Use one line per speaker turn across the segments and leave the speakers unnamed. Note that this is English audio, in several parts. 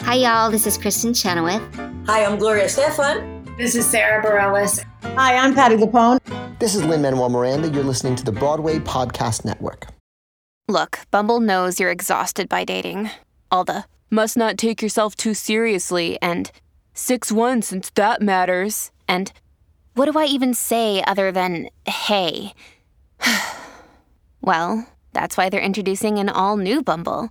Hi, y'all. This is Kristen Chenoweth.
Hi, I'm Gloria Stefan.
This is Sarah Bareilles.
Hi, I'm Patty Lapone.
This is Lynn Manuel Miranda. You're listening to the Broadway Podcast Network.
Look, Bumble knows you're exhausted by dating. All the must not take yourself too seriously and 6 1 since that matters. And what do I even say other than hey? well, that's why they're introducing an all new Bumble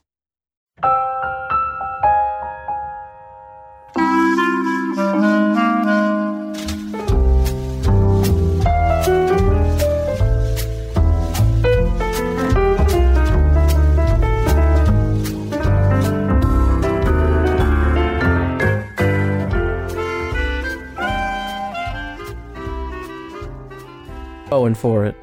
Going for it.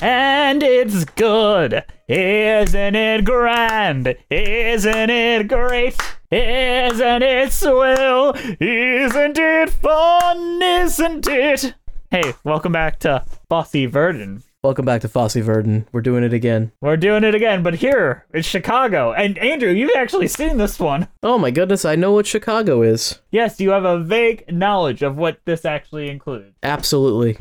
And it's good. Isn't it grand? Isn't it great? Isn't it swell? Isn't it fun? Isn't it? Hey, welcome back to Bossy Verdon.
Welcome back to Fossey Verdon. We're doing it again.
We're doing it again, but here, it's Chicago. And Andrew, you've actually seen this one.
Oh my goodness, I know what Chicago is.
Yes, you have a vague knowledge of what this actually includes.
Absolutely.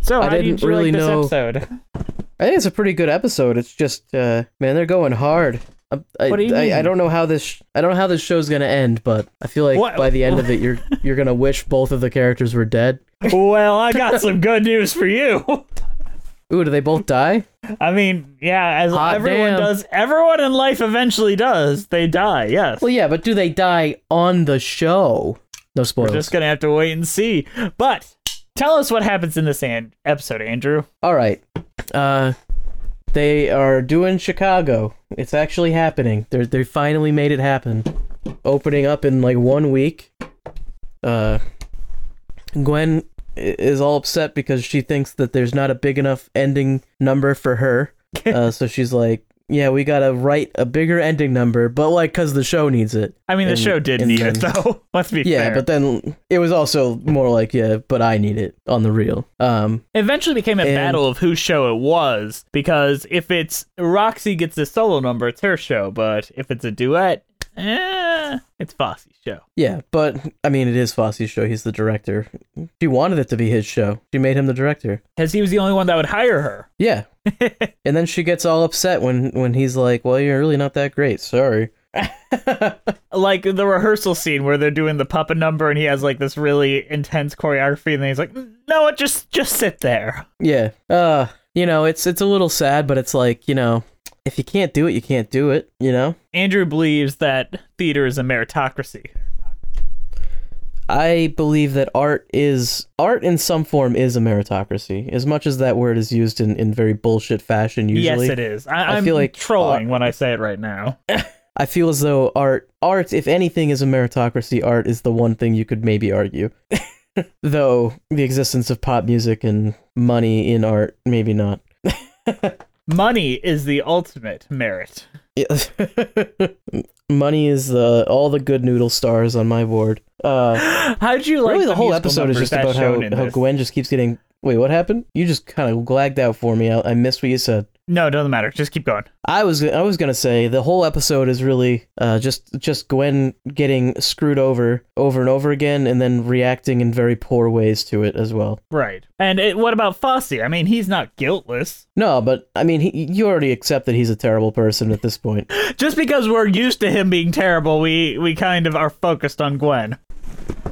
So,
I
how did
didn't
you
really
like this
know-
episode?
I think it's a pretty good episode. It's just, uh, man, they're going hard. I, I,
What do you
I,
mean?
I don't know how this sh- I don't know how this show's gonna end, but I feel like
What-
by the end of it, you're you're gonna wish both of the characters were dead.
well, I got some good news for you.
Ooh, do they both die?
I mean, yeah, as
Hot
everyone
damn.
does, everyone in life eventually does. They die, yes.
Well, yeah, but do they die on the show? No spoilers.
We're just going to have to wait and see. But tell us what happens in this an- episode, Andrew.
All right. Uh, they are doing Chicago. It's actually happening. They they finally made it happen. Opening up in like one week. Uh, Gwen i- is all upset because she thinks that there's not a big enough ending number for her. Uh, so she's like, "Yeah, we gotta write a bigger ending number, but like, cause the show needs it."
I mean, the
And-
show did
and
need
then-
it, though. Let's be
Yeah,
fair.
but then it was also more like, "Yeah, but I need it on the real." Um,
eventually became a
And-
battle of whose show it was because if it's Roxy gets a solo number, it's her show. But if it's a duet, eh, it's Fosse's show.
Yeah, but I mean, it is Fosse's show. He's the director. She wanted it to be his show. She made him the director.
Because he was the only one that would hire her.
Yeah. and then she gets all upset when when he's like, "Well, you're really not that great. Sorry."
like the rehearsal scene where they're doing the puppet number and he has like this really intense choreography and then he's like no it just just sit there
Yeah. Uh, you know, it's it's a little sad, but it's like, you know, if you can't do it, you can't do it, you know?
andrew believes that theater is a meritocracy
I believe that art is art in some form is a meritocracy. As much as that word is used in in very bullshit fashion usually.
yes it is I,
I
am
feel like- uh,
trolling when i say it right now
I feel as though art, art, if anything, is a meritocracy. Art is the one thing you could maybe argue, though the existence of pop music and money in art, maybe not.
money is the ultimate merit
Yes. money is the all the good noodle stars on my board. Uh,
how'd you like
really, the, whole
musical
episode is
numbers
just
that's
about how,
shown in
how
this?
Gwen just keeps getting. Wait, what happened? You just kind of glagged out for me. I, I missed what you said.
no it doesn't matter just keep going
I was I was gonna say the whole episode is really uh, just just Gwen getting screwed over over and over again, and then reacting in very poor ways to it as well.
right and it, what about fosse i mean he's not guiltless
No, but I mean, he, you already accept that he's a terrible person at this point.
just because we're used to him being terrible we we kind of are focused on gwen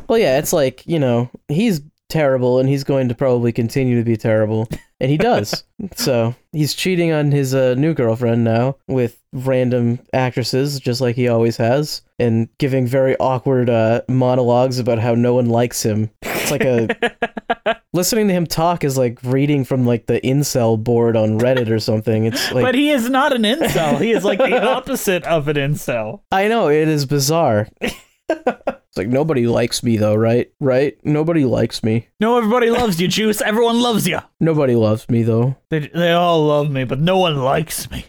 Well, yeah, it's like you know he's terrible, and he's going to probably continue to be terrible, and he does. so he's cheating on his uh, new girlfriend now with random actresses, just like he always has, and giving very awkward uh, monologues about how no one likes him. It's like a listening to him talk is like reading from like the incel board on Reddit or something. It's like
but he is not an incel. He is like the opposite of an incel.
I know it is bizarre. it's like nobody likes me though, right? Right? Nobody likes me.
No, everybody loves you, Juice. Everyone loves you.
Nobody loves me though.
They, they all love me, but no one likes me.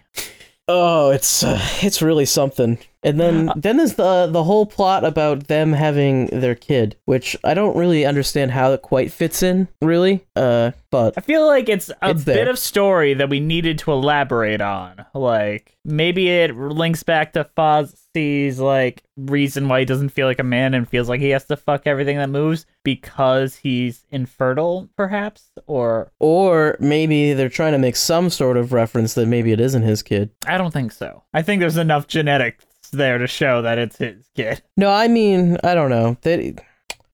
Oh, it's uh, it's really something. And then then there's the the whole plot about them having their kid, which I don't really understand how it quite fits in, really. Uh, but
I feel like it's a
It's
bit
there.
of story that we needed to elaborate on. Like maybe it links back to Fozzie's like reason why he doesn't feel like a man and feels like he has to fuck everything that moves because he's infertile, perhaps, or
or maybe they're trying to make some sort of reference that maybe it isn't his kid.
I don't think so. I think there's enough genetics there to show that it's his kid.
No, I mean, I don't know. They,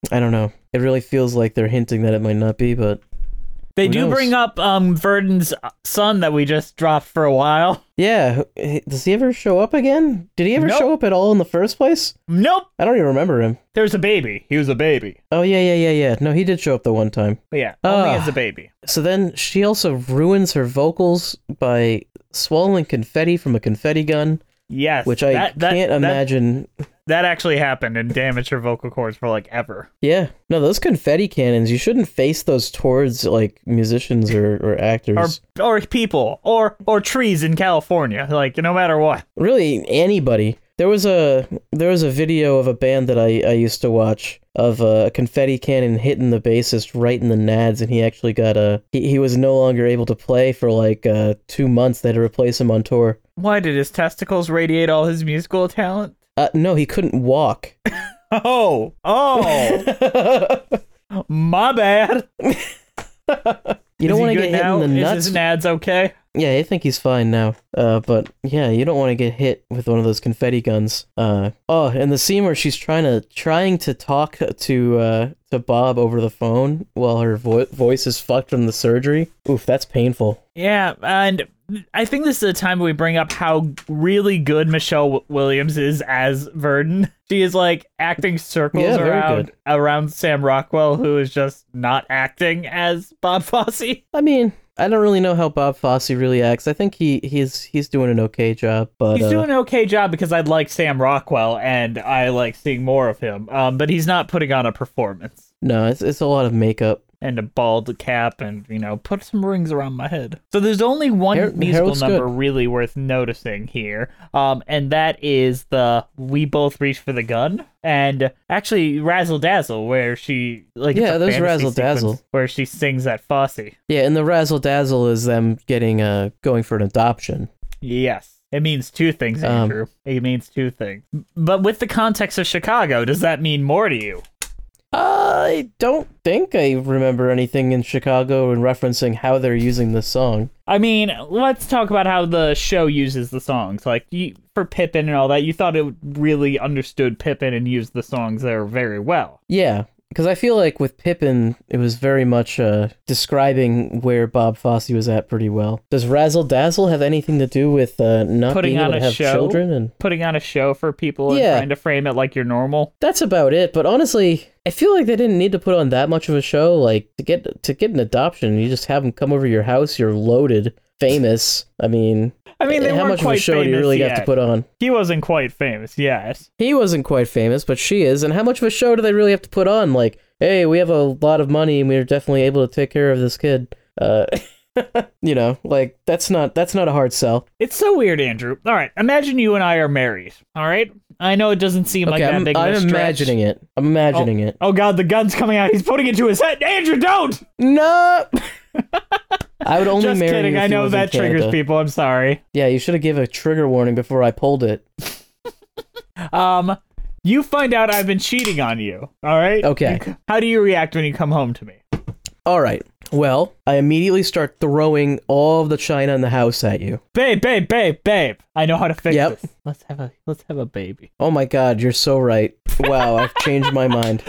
I don't know. It really feels like they're hinting that it might not be, but
They
Who
do
knows?
bring up um Verdon's son that we just dropped for a while.
yeah. who- Does he ever show up again? Did he ever
Nope.
show up at all in the first place?
Nope,
I don't even remember him.
there's a baby. He was a baby.
Oh yeah, yeah, yeah, yeah. No, he did show up the one time.
But yeah, only
Ugh.
as a baby.
So then she also ruins her vocals by swallowing confetti from a confetti gun,
Yes,
which I
that- that-
can't
that-
imagine.
that actually happened and damaged her vocal cords for like ever.
Yeah, no, those confetti cannons. You shouldn't face those towards like musicians or, or actors.
Or or people or or trees in California, like no matter what.
really anybody. There was a there was a video of a band that I, I used to watch of a confetti cannon hitting the bassist right in the nads, and he actually got a he, he was no longer able to play for like uh, two months. They had to replace him on tour.
Why did his testicles radiate all his musical talent?
Uh, no, he couldn't walk.
Oh, oh, my bad.
You
Is
don't
he
want to
good
get hit
now?
in the
Is
nuts.
his nads okay?
yeah, I think he's fine now. Uh, but yeah, you don't want to get hit with one of those confetti guns. Uh, oh, and the scene where she's trying to trying to talk to uh, to Bob over the phone while her vo- voice is fucked from the surgery. Oof, that's painful.
Yeah, and I think this is the time we bring up how really good Michelle W- Williams is as Verdon. She is like acting circles
Yeah, very
around
good.
around Sam Rockwell, who is just not acting as Bob Fosse.
I mean, I don't really know how Bob Fosse really acts. I think he he's he's doing an okay job, but
He's
uh,
doing an okay job because I like Sam Rockwell and I like seeing more of him. Um, but he's not putting on a performance
no, it's it's a lot of makeup.
and a bald cap and you know put some rings around my head. So there's only one
Hair- hair
musical
looks
number
good.
really worth noticing here, um, and that is the "We Both Reach for the Gun" and actually "Razzle Dazzle," where she like it's
Yeah,
a
there's
fantasy
Razzle
sequence
Dazzle.
where she sings at Fosse.
Yeah, and the razzle dazzle is them getting uh going for an adoption.
Yes. It means two things,
Um,
Andrew. it means two things. But with the context of Chicago, does that mean more to you?
I don't think I remember anything in Chicago in referencing how they're using this song.
I mean, let's talk about how the show uses the songs. Like you, for Pippin and all that, you thought it really understood Pippin and used the songs there very well.
Yeah, because I feel like with Pippin, it was very much uh, describing where Bob Fosse was at pretty well. Does Razzle Dazzle have anything to do with uh, not
Putting
being
on
able to
a
have
show?
children? And
Putting on a show for people
Yeah.
and trying to frame it like you're normal.
that's about it. But honestly, I feel like they didn't need to put on that much of a show. Like to get to get an adoption, you just have them come over to your house. You're loaded, famous. I mean,
I mean, they
how
weren't
much of
quite
a show do you
famous
really have to
yet.
put on?
He wasn't quite famous. Yes.
He wasn't quite famous, but she is. And how much of a show do they really have to put on? Like, hey, we have a lot of money, and we're definitely able to take care of this kid. Uh, you know, like that's not that's not a hard sell.
It's so weird, Andrew. All right, imagine you and I are married. All right, I know it doesn't seem like
okay,
that
I'm,
big. of a
I'm
stretch.
imagining it. I'm imagining it.
Oh god, the gun's coming out. He's putting it to his head. Andrew, don't!
No, I would only
Just
marry.
kidding.
you if
I
you
know
lived in
that triggers
Canada.
people. I'm sorry.
Yeah, you should have given a trigger warning before I pulled it.
Um, you find out I've been cheating on you. All right.
Okay.
You- How do you react when you come home to me?
All right. Well, I immediately start throwing all of the china in the house at you.
Babe, babe, babe, babe. I know how to fix
Yep.
this. Let's have a let's have a baby.
Oh my god, you're so right. Wow, I've changed my mind.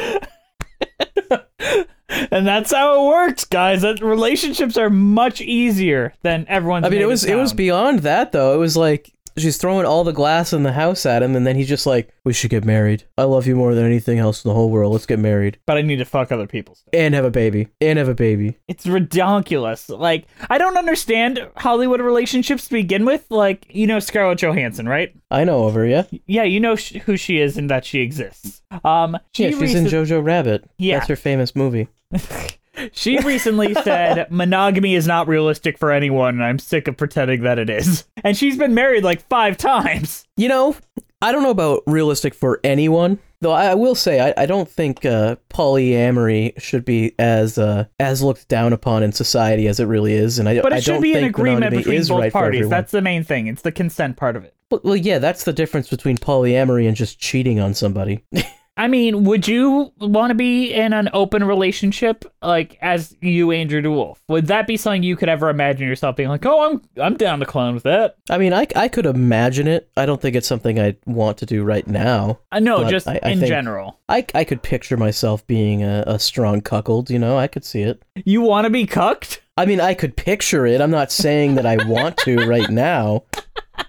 And that's how it works, guys. That relationships are much easier than everyone's.
I mean,
made
it was it was
sound.
beyond that though. It was like she's throwing all the glass in the house at him, and then he's just like, "We should get married. I love you more than anything else in the whole world. Let's get married
But I need to fuck other people's.
and have a baby and have a baby."
It's ridiculous. Like I don't understand Hollywood relationships to begin with. Like you know Scarlett Johansson, right?
I know of her, yeah.
yeah, you know sh- who she is and that she exists. Um, she
yeah, she's in
recent-
Jojo Rabbit.
Yeah.
that's her famous movie.
she recently said monogamy is not realistic for anyone, and I'm sick of pretending that it is. And she's been married like five times.
You know, I don't know about realistic for anyone, though. I, I will say I, I don't think uh, polyamory should be as uh, as looked down upon in society as it really is, and I
But it
I
should
don't
be an
think
agreement
monogamy
between
is
both
right for
parties.
everyone.
That's the main thing. It's the consent part of it.
Well- well, yeah, that's the difference between polyamory and just cheating on somebody.
I mean, would you want to be in an open relationship like as you, Andrew DeWolf? Would that be something you could ever imagine yourself being like, "Oh, I'm I'm down to clown with that."
I mean, I, I could imagine it. I don't think it's something I want to do right now.
Uh, no,
But
just
I- I
in
think-
general.
I, I could picture myself being a, a strong cuckold, you know, I could see it.
You want to be cucked?
I mean, I could picture it. I'm not saying that I want to right now.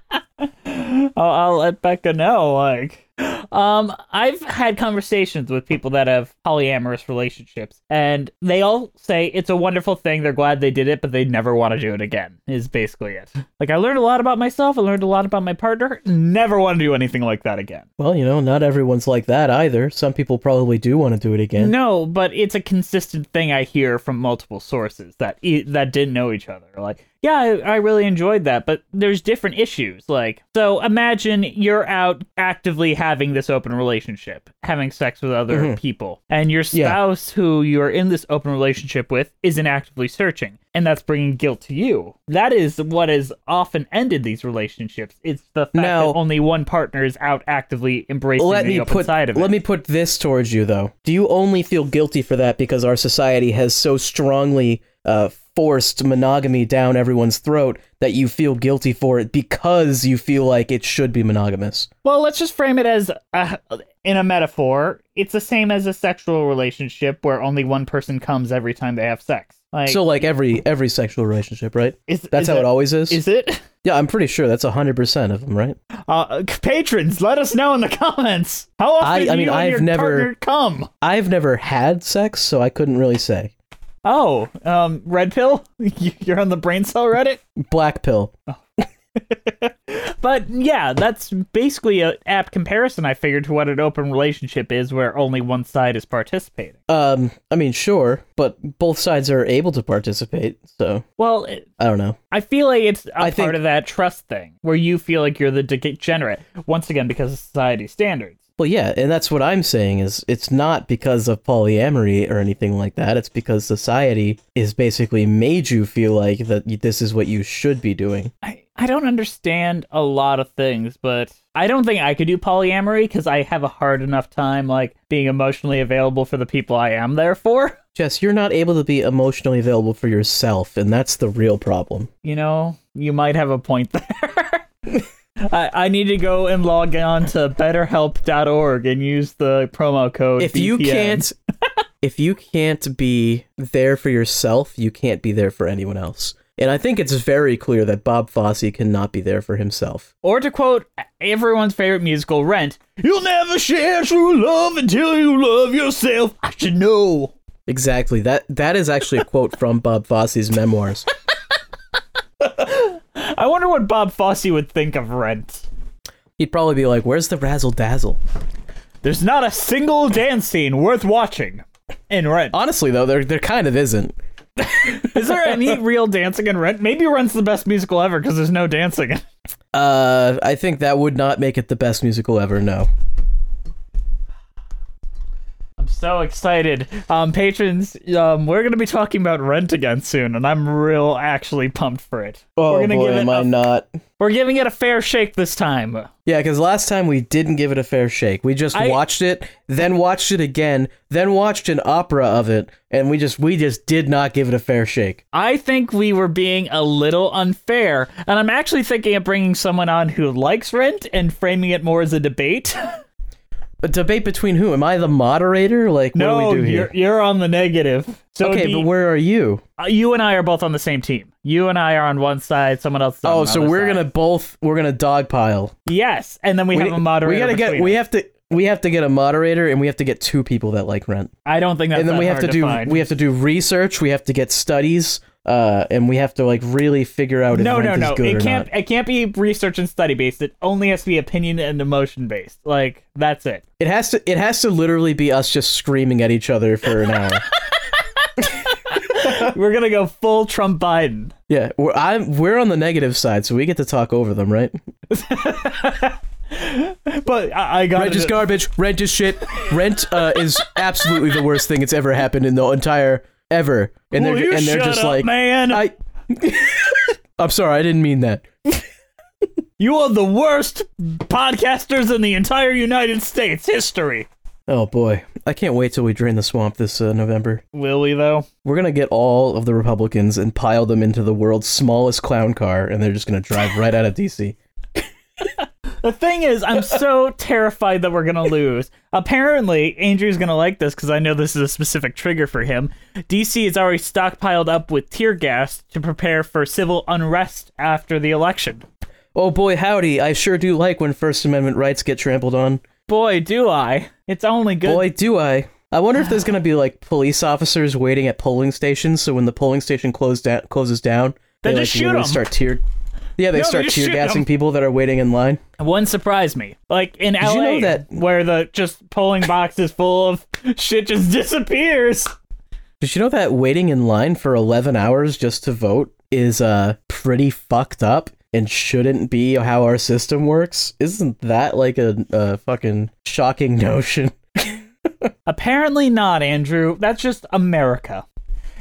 I'll, I'll let Becca know. Like, um, I've had conversations with people that have polyamorous relationships, and they all say it's a wonderful thing. They're glad they did it, but they never want to do it again. Is basically it. Like, I learned a lot about myself. I learned a lot about my partner. Never want to do anything like that again.
Well, you know, not everyone's like that either. Some people probably do want to do it again.
No, but it's a consistent thing I hear from multiple sources that e- that didn't know each other. Like, yeah, I, I really enjoyed that, but there's different issues. Like, so imagine you're out actively having this open relationship, having sex with other people, and your
Mm-hmm. Yeah.
spouse who you're in this open relationship with isn't actively searching, and that's bringing guilt to you. That is what has often ended these relationships. It's the fact
Now-
that only one partner is out actively embracing
Let
the
me
open
put
side of it.
let me put this towards you though. Do you only feel guilty for that because our society has so strongly uh, forced monogamy down everyone's throat that you feel guilty for it because you feel like it should be monogamous?
Well, let's just frame it as uh in a metaphor. It's the same as a sexual relationship where only one person comes every time they have sex. Like,
so like every every sexual relationship, right?
is,
That's
is
how it, always is.
is. It
yeah, I'm pretty sure that's hundred percent of them, right?
uh, c- patrons? Let us know in the comments. How often
I- I
do
mean,
you and
I've
your
never-
partner come?
I've never had sex, so I couldn't really say.
Oh, um, red pill. You- You're on the brain cell Reddit.
Black pill.
But yeah, that's basically an apt comparison. I figured to what an open relationship is, where only one side is participating.
Um, I mean, sure, but both sides are able to participate, so
Well, it,
I don't know.
I feel like it's a
I
part
think-
of that trust thing where you feel like you're the degenerate once again because of society standards.
Well, yeah, and that's what I'm saying is it's not because of polyamory or anything like that. It's because society is basically made you feel like that y- this is what you should be doing.
I, I don't understand a lot of things, but I don't think I could do polyamory because I have a hard enough time like being emotionally available for the people I am there for.
Jess, you're not able to be emotionally available for yourself, and that's the real problem.
You know, you might have a point there. I, I need to go and log on to betterhelp.org and use the promo code.
if you
BPN.
can't if you can't be there for yourself you can't be there for anyone else and i think it's very clear that bob fosse cannot be there for himself
Or to quote everyone's favorite musical, Rent, You'll never share true love until you love yourself. I should know.
exactly that that is actually a quote from bob fosse's memoirs
I wonder what Bob Fosse would think of Rent.
he'd probably be like where's the razzle dazzle
There's not a single dance scene worth watching in Rent.
honestly though there, there kind of isn't
Is there any real dancing in Rent? Maybe Rent's the best musical ever because there's no dancing. in it.
uh i think that would not make it the best musical ever no
I'm so excited. Um, patrons, um, we're going to be talking about Rent again soon, and I'm real actually pumped for it. we're gonna give it
Oh, am
a-
i not
We're giving it a fair shake this time.
Yeah, because last time we didn't give it a fair shake. We just
I-
watched it, then watched it again, then watched an opera of it, and we just we just did not give it a fair shake.
I think we were being a little unfair, and I'm actually thinking of bringing someone on who likes Rent and framing it more as a debate.
A debate between who? Am I the moderator? Like, what do we do
you're
here?
you're on the negative. So
okay,
the-
but where are you?
uh, you and I are both on the same team. You and I are on one side, someone else. Is on
Oh,
the
so
other
we're
side.
gonna both we're gonna dogpile.
yes, and then we, have a moderator.
We gotta get.
between
We
us.
have to. We have to get a moderator, and we have to get two people that like Rent,
I don't think that's
and then
that
we have
hard
to do
find.
we have to do research. We have to get studies, uh, and we have to like really figure out if
no,
Rent
no,
is
no.
good or
It can't.
not.
It can't be research and study based. It only has to be opinion and emotion based. Like that's it.
It has to. It has to literally be us just screaming at each other for an hour.
we're gonna go full Trump Biden.
yeah, we're I'm, we're on the negative side, so we get to talk over them, right?
But I, I got
Rent is
it.
garbage. Rent is shit. Rent uh, is absolutely the worst thing that's ever happened in the entire ever. And
Will
they're
you
and they're
shut
just
up,
like,
man?
I. I'm sorry, I didn't mean that.
you are the worst podcasters in the entire United States history.
Oh boy, I can't wait till we drain the swamp this uh, November.
Will we though?
We're gonna get all of the Republicans and pile them into the world's smallest clown car, and they're just gonna drive right out of DC.
The thing is, I'm so terrified that we're gonna lose. Apparently, Andrew's gonna like this because I know this is a specific trigger for him. DC is already stockpiled up with tear gas to prepare for civil unrest after the election.
Oh boy, howdy! I sure do like when First Amendment rights get trampled on.
Boy, do I! It's only good.
Boy, do I! I wonder if there's gonna be like police officers waiting at polling stations, so when the polling station closed da- closes down,
They
like,
just shoot
literally
'em.
Start tear. Yeah, they
No, they
start
just
tear
shoot
gassing
'em.
people that are waiting in line.
One surprised me. Like in LA,
you know that-
where the just polling box is full of shit just disappears.
Did you know that waiting in line for 11 hours just to vote is uh pretty fucked up and shouldn't be how our system works? Isn't that like a, a fucking shocking notion?
Apparently not, Andrew. That's just America.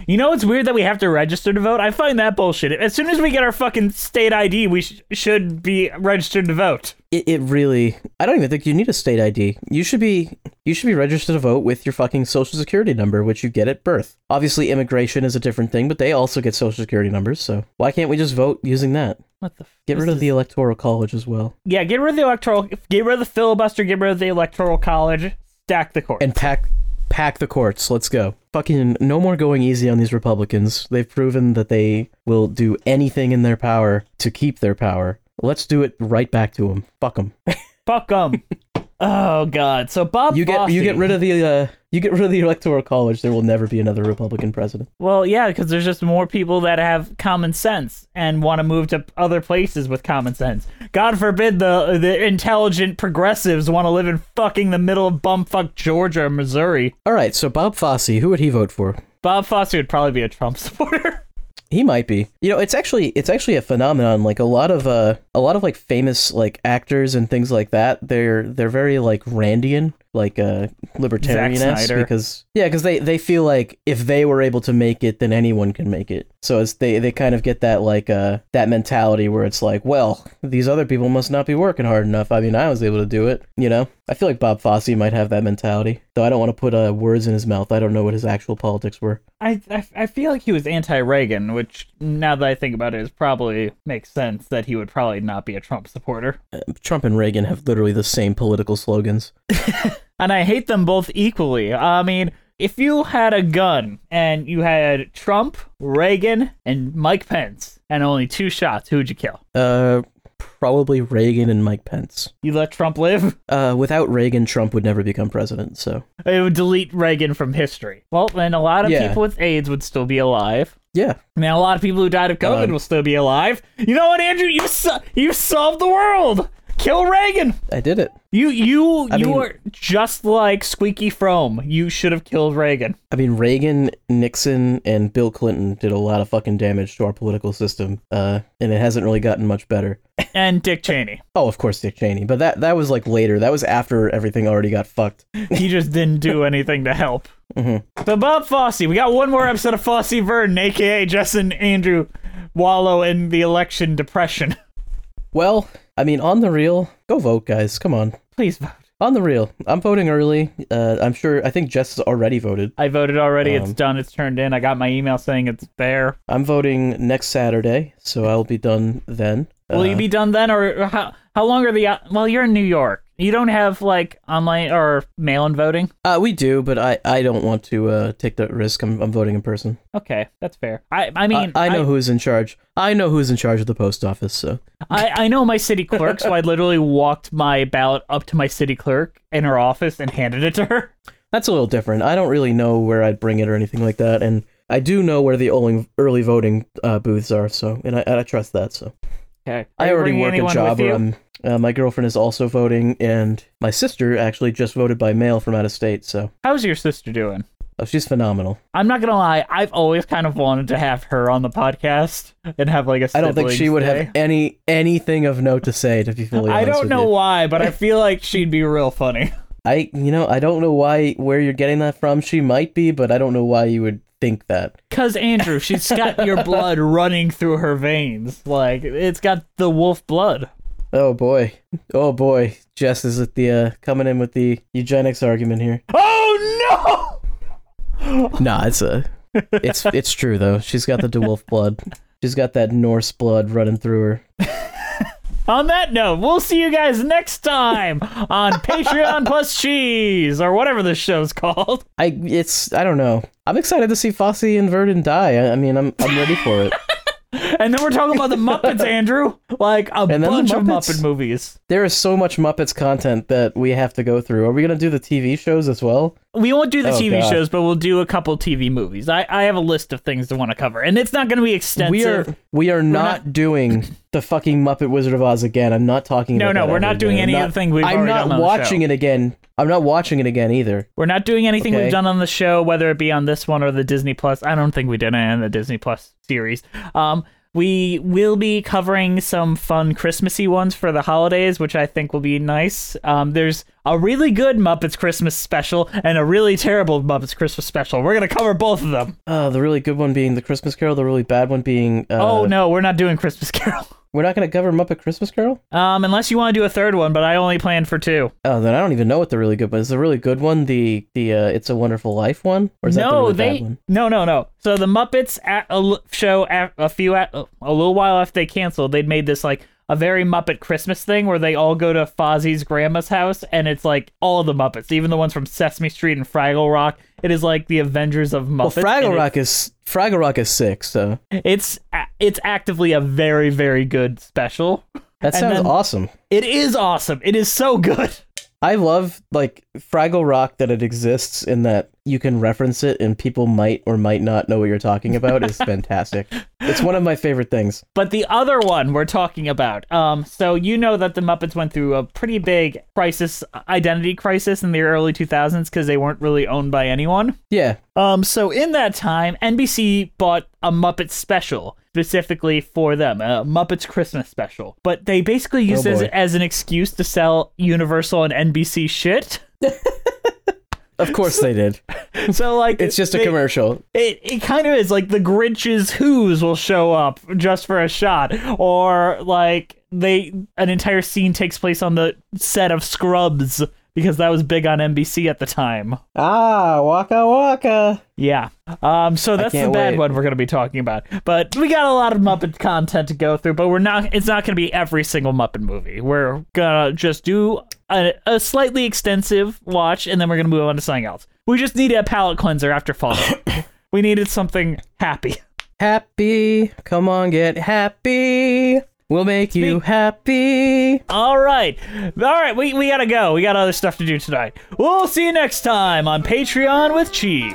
You know it's weird that we have to register to vote. I find that bullshit. As soon as we get our fucking state ID, we sh- should be registered to vote.
It, it really I don't even think you need a state ID. You should be you should be registered to vote with your fucking social security number which you get at birth. Obviously immigration is a different thing, but they also get social security numbers, so why can't we just vote using that?
What the? F-
Get rid of the electoral college as well
yeah, get rid of the electoral, get rid of the filibuster, get rid of the electoral college, stack the court.
and pack pack the courts. Let's go. Fucking no more going easy on these Republicans. They've proven that they will do anything in their power to keep their power. Let's do it right back to them. Fuck them.
Fuck 'em. oh God. So Bob,
You get you
Fosse-
get rid of the uh, you get rid of the electoral college. There will never be another Republican president.
Well, yeah, because there's just more people that have common sense and want to move to other places with common sense. God forbid the the intelligent progressives want to live in fucking the middle of bumfuck Georgia or Missouri.
All right. So Bob Fosse, who would he vote for?
Bob Fosse would probably be a Trump supporter.
He might be. You know, it's actually it's actually a phenomenon. Like a lot of uh a lot of like famous like actors and things like that. They're they're very like Randian, like uh libertarian
Snyder.
because yeah, because they they feel like if they were able to make it, then anyone can make it. So it's they they kind of get that like uh that mentality where it's like, well, these other people must not be working hard enough. I mean, I was able to do it. You know, I feel like Bob Fosse might have that mentality. Though I don't want to put uh, words in his mouth. I don't know what his actual politics were.
I, I, I feel like he was anti-Reagan, which now that I think about it, is probably makes sense that he would probably not be a Trump supporter.
Trump and Reagan have literally the same political slogans.
and I hate them both equally. I mean, if you had a gun and you had Trump, Reagan, and Mike Pence, and only two shots, who'd you kill?
Uh, probably Reagan and Mike Pence.
You let Trump live?
Uh, without Reagan, Trump would never become president. So
It would delete Reagan from history. Well, then a lot of
Yeah.
people with AIDS would still be alive.
yeah,
Now a lot of people who died of COVID
Um,
will still be alive. You know what, Andrew? You so- you solved the world. Kill Reagan.
I did it.
You you
I
you
mean-
are just like Squeaky Frome. You should have killed Reagan.
I mean, Reagan, Nixon, and Bill Clinton did a lot of fucking damage to our political system. Uh, and it hasn't really gotten much better.
And Dick Cheney.
Oh, of course, Dick Cheney, but that that was like later. That was after everything already got fucked.
he just didn't do anything to help.
Mm-hmm.
So Bob Fosse, we got one more episode of Fosse Verne, aka Justin Andrew wallow in the election depression.
Well, I mean, on the real, go vote, guys. Come on,
Please vote.
on the real. I'm voting early. Uh, I'm sure. I think Jess has already voted.
I voted already.
Um,
it's done. It's turned in. I got my email saying it's there.
I'm voting next Saturday, so I'll be done then.
Will you
Uh,
be done then, or or how? How long are the? uh, Well, you're in New York. You don't have like online or mail-in voting.
Uh, we do, but I, I don't want to uh, take that risk. I'm, I'm voting in person.
Okay, that's fair. I I
I,
mean,
I know who's in charge. I know who's in charge of the post office. So
I, I know my city clerk, so I literally walked my ballot up to my city clerk in her office and handed it to her.
that's a little different. I don't really know where I'd bring it or anything like that, and I do know where the early, early voting uh, booths are. So and I, and I trust that. So
Okay.
I already work a job where I'm. Uh, my girlfriend is also voting, and my sister actually just voted by mail from out of state. So
How's your sister doing?
Oh, she's phenomenal.
I'm not gonna lie, I've always kind of wanted to have her on the podcast and have like a.
I don't think she
siblings
would
day.
have any anything of note to say. To be fully
I
honest
don't
with
know
you.
why, but I feel like she'd be real funny.
I you know I don't know why where you're getting that from. She might be, but I don't know why you would think that.
Cause Andrew, she's got your blood running through her veins. Like it's got the wolf blood.
Oh boy, oh boy, Jess is at the uh, coming in with the eugenics argument here.
Oh no!
Nah, it's a, it's it's true though. She's got the DeWolf blood. She's got that Norse blood running through her.
On that note, we'll see you guys next time on Patreon Plus Cheese or whatever this show's called.
I it's I don't know. I'm excited to see Fosse and Verdon die. I, I mean, I'm I'm ready for it.
And then we're talking about the Muppets, Andrew. Like a
then the
bunch of
Muppets.
Muppet movies.
There is so much Muppets content that we have to go through. Are we gonna do the TV shows as well?
We won't do the
Oh,
TV
God.
shows, but we'll do a couple TV movies. I, I have a list of things to want to cover, and it's not going to be extensive.
we are we are not, doing the fucking Muppet Wizard of Oz again. I'm not talking.
No,
about
no,
that
we're not
ever
doing
again. I'm
any
not-
of the thing we've
I'm
already
not
done on the
watching
show.
it again. I'm not watching it again either.
We're not doing anything
Okay.
we've done on the show, whether it be on this one or the Disney Plus. I don't think we did it in the Disney Plus series. Um, we will be covering some fun Christmassy ones for the holidays, which I think will be nice. Um, there's a really good Muppets Christmas special and a really terrible Muppets Christmas special. We're gonna cover both of them.
Uh, the really good one being the Christmas Carol. The really bad one being uh,
oh no, we're not doing Christmas Carol.
We're not gonna cover Muppet Christmas Carol.
Um, unless you want to do a third one, but I only plan for two.
Oh, then I don't even know what the really good one is. The really good one, the the uh, It's a Wonderful Life one, or is that the
no,
really
they
bad one?
no no no. So the Muppets at a l- show at a few at, a little while after they canceled, they'd made this like a very Muppet Christmas thing where they all go to Fozzie's grandma's house, and it's like all the Muppets, even the ones from Sesame Street and Fraggle Rock. It is like the Avengers of
Well,
Muppets. and
Fraggle
it-
Rock is Fraggle Rock is sick, so
It's a- it's actively a very very good special. And
that sounds
then-
awesome.
It is awesome. It is so good.
I love like Fraggle Rock that it exists in that you can reference it and people might or might not know what you're talking about is fantastic. It's one of my favorite things.
But the other one we're talking about. Um, so you know that the Muppets went through a pretty big crisis, identity crisis in the early 2000s because they weren't really owned by anyone.
Yeah,
Um, so in that time, NBC bought a Muppet special specifically for them, a Muppets Christmas special. But they basically used
Oh,
it as,
boy.
as an excuse to sell Universal and NBC shit.
of course they did.
So like,
It's just a
they-
commercial.
It, it kind of is like the Grinch's Who's will show up just for a shot, or like they an entire scene takes place on the set of Scrubs because that was big on NBC at the time.
Ah, waka waka.
Yeah. Um. So that's the
can't
bad
wait.
one we're gonna be talking about, but we got a lot of Muppet content to go through. But we're not. It's not gonna be every single Muppet movie. We're gonna just do a, a slightly extensive watch, and then we're gonna move on to something else. We just needed a palate cleanser after fall. we needed something happy.
Happy, come on, get happy. We'll make you happy.
All right. All right. We, we got to go. We got other stuff to do tonight. We'll see you next time on Patreon with Cheese.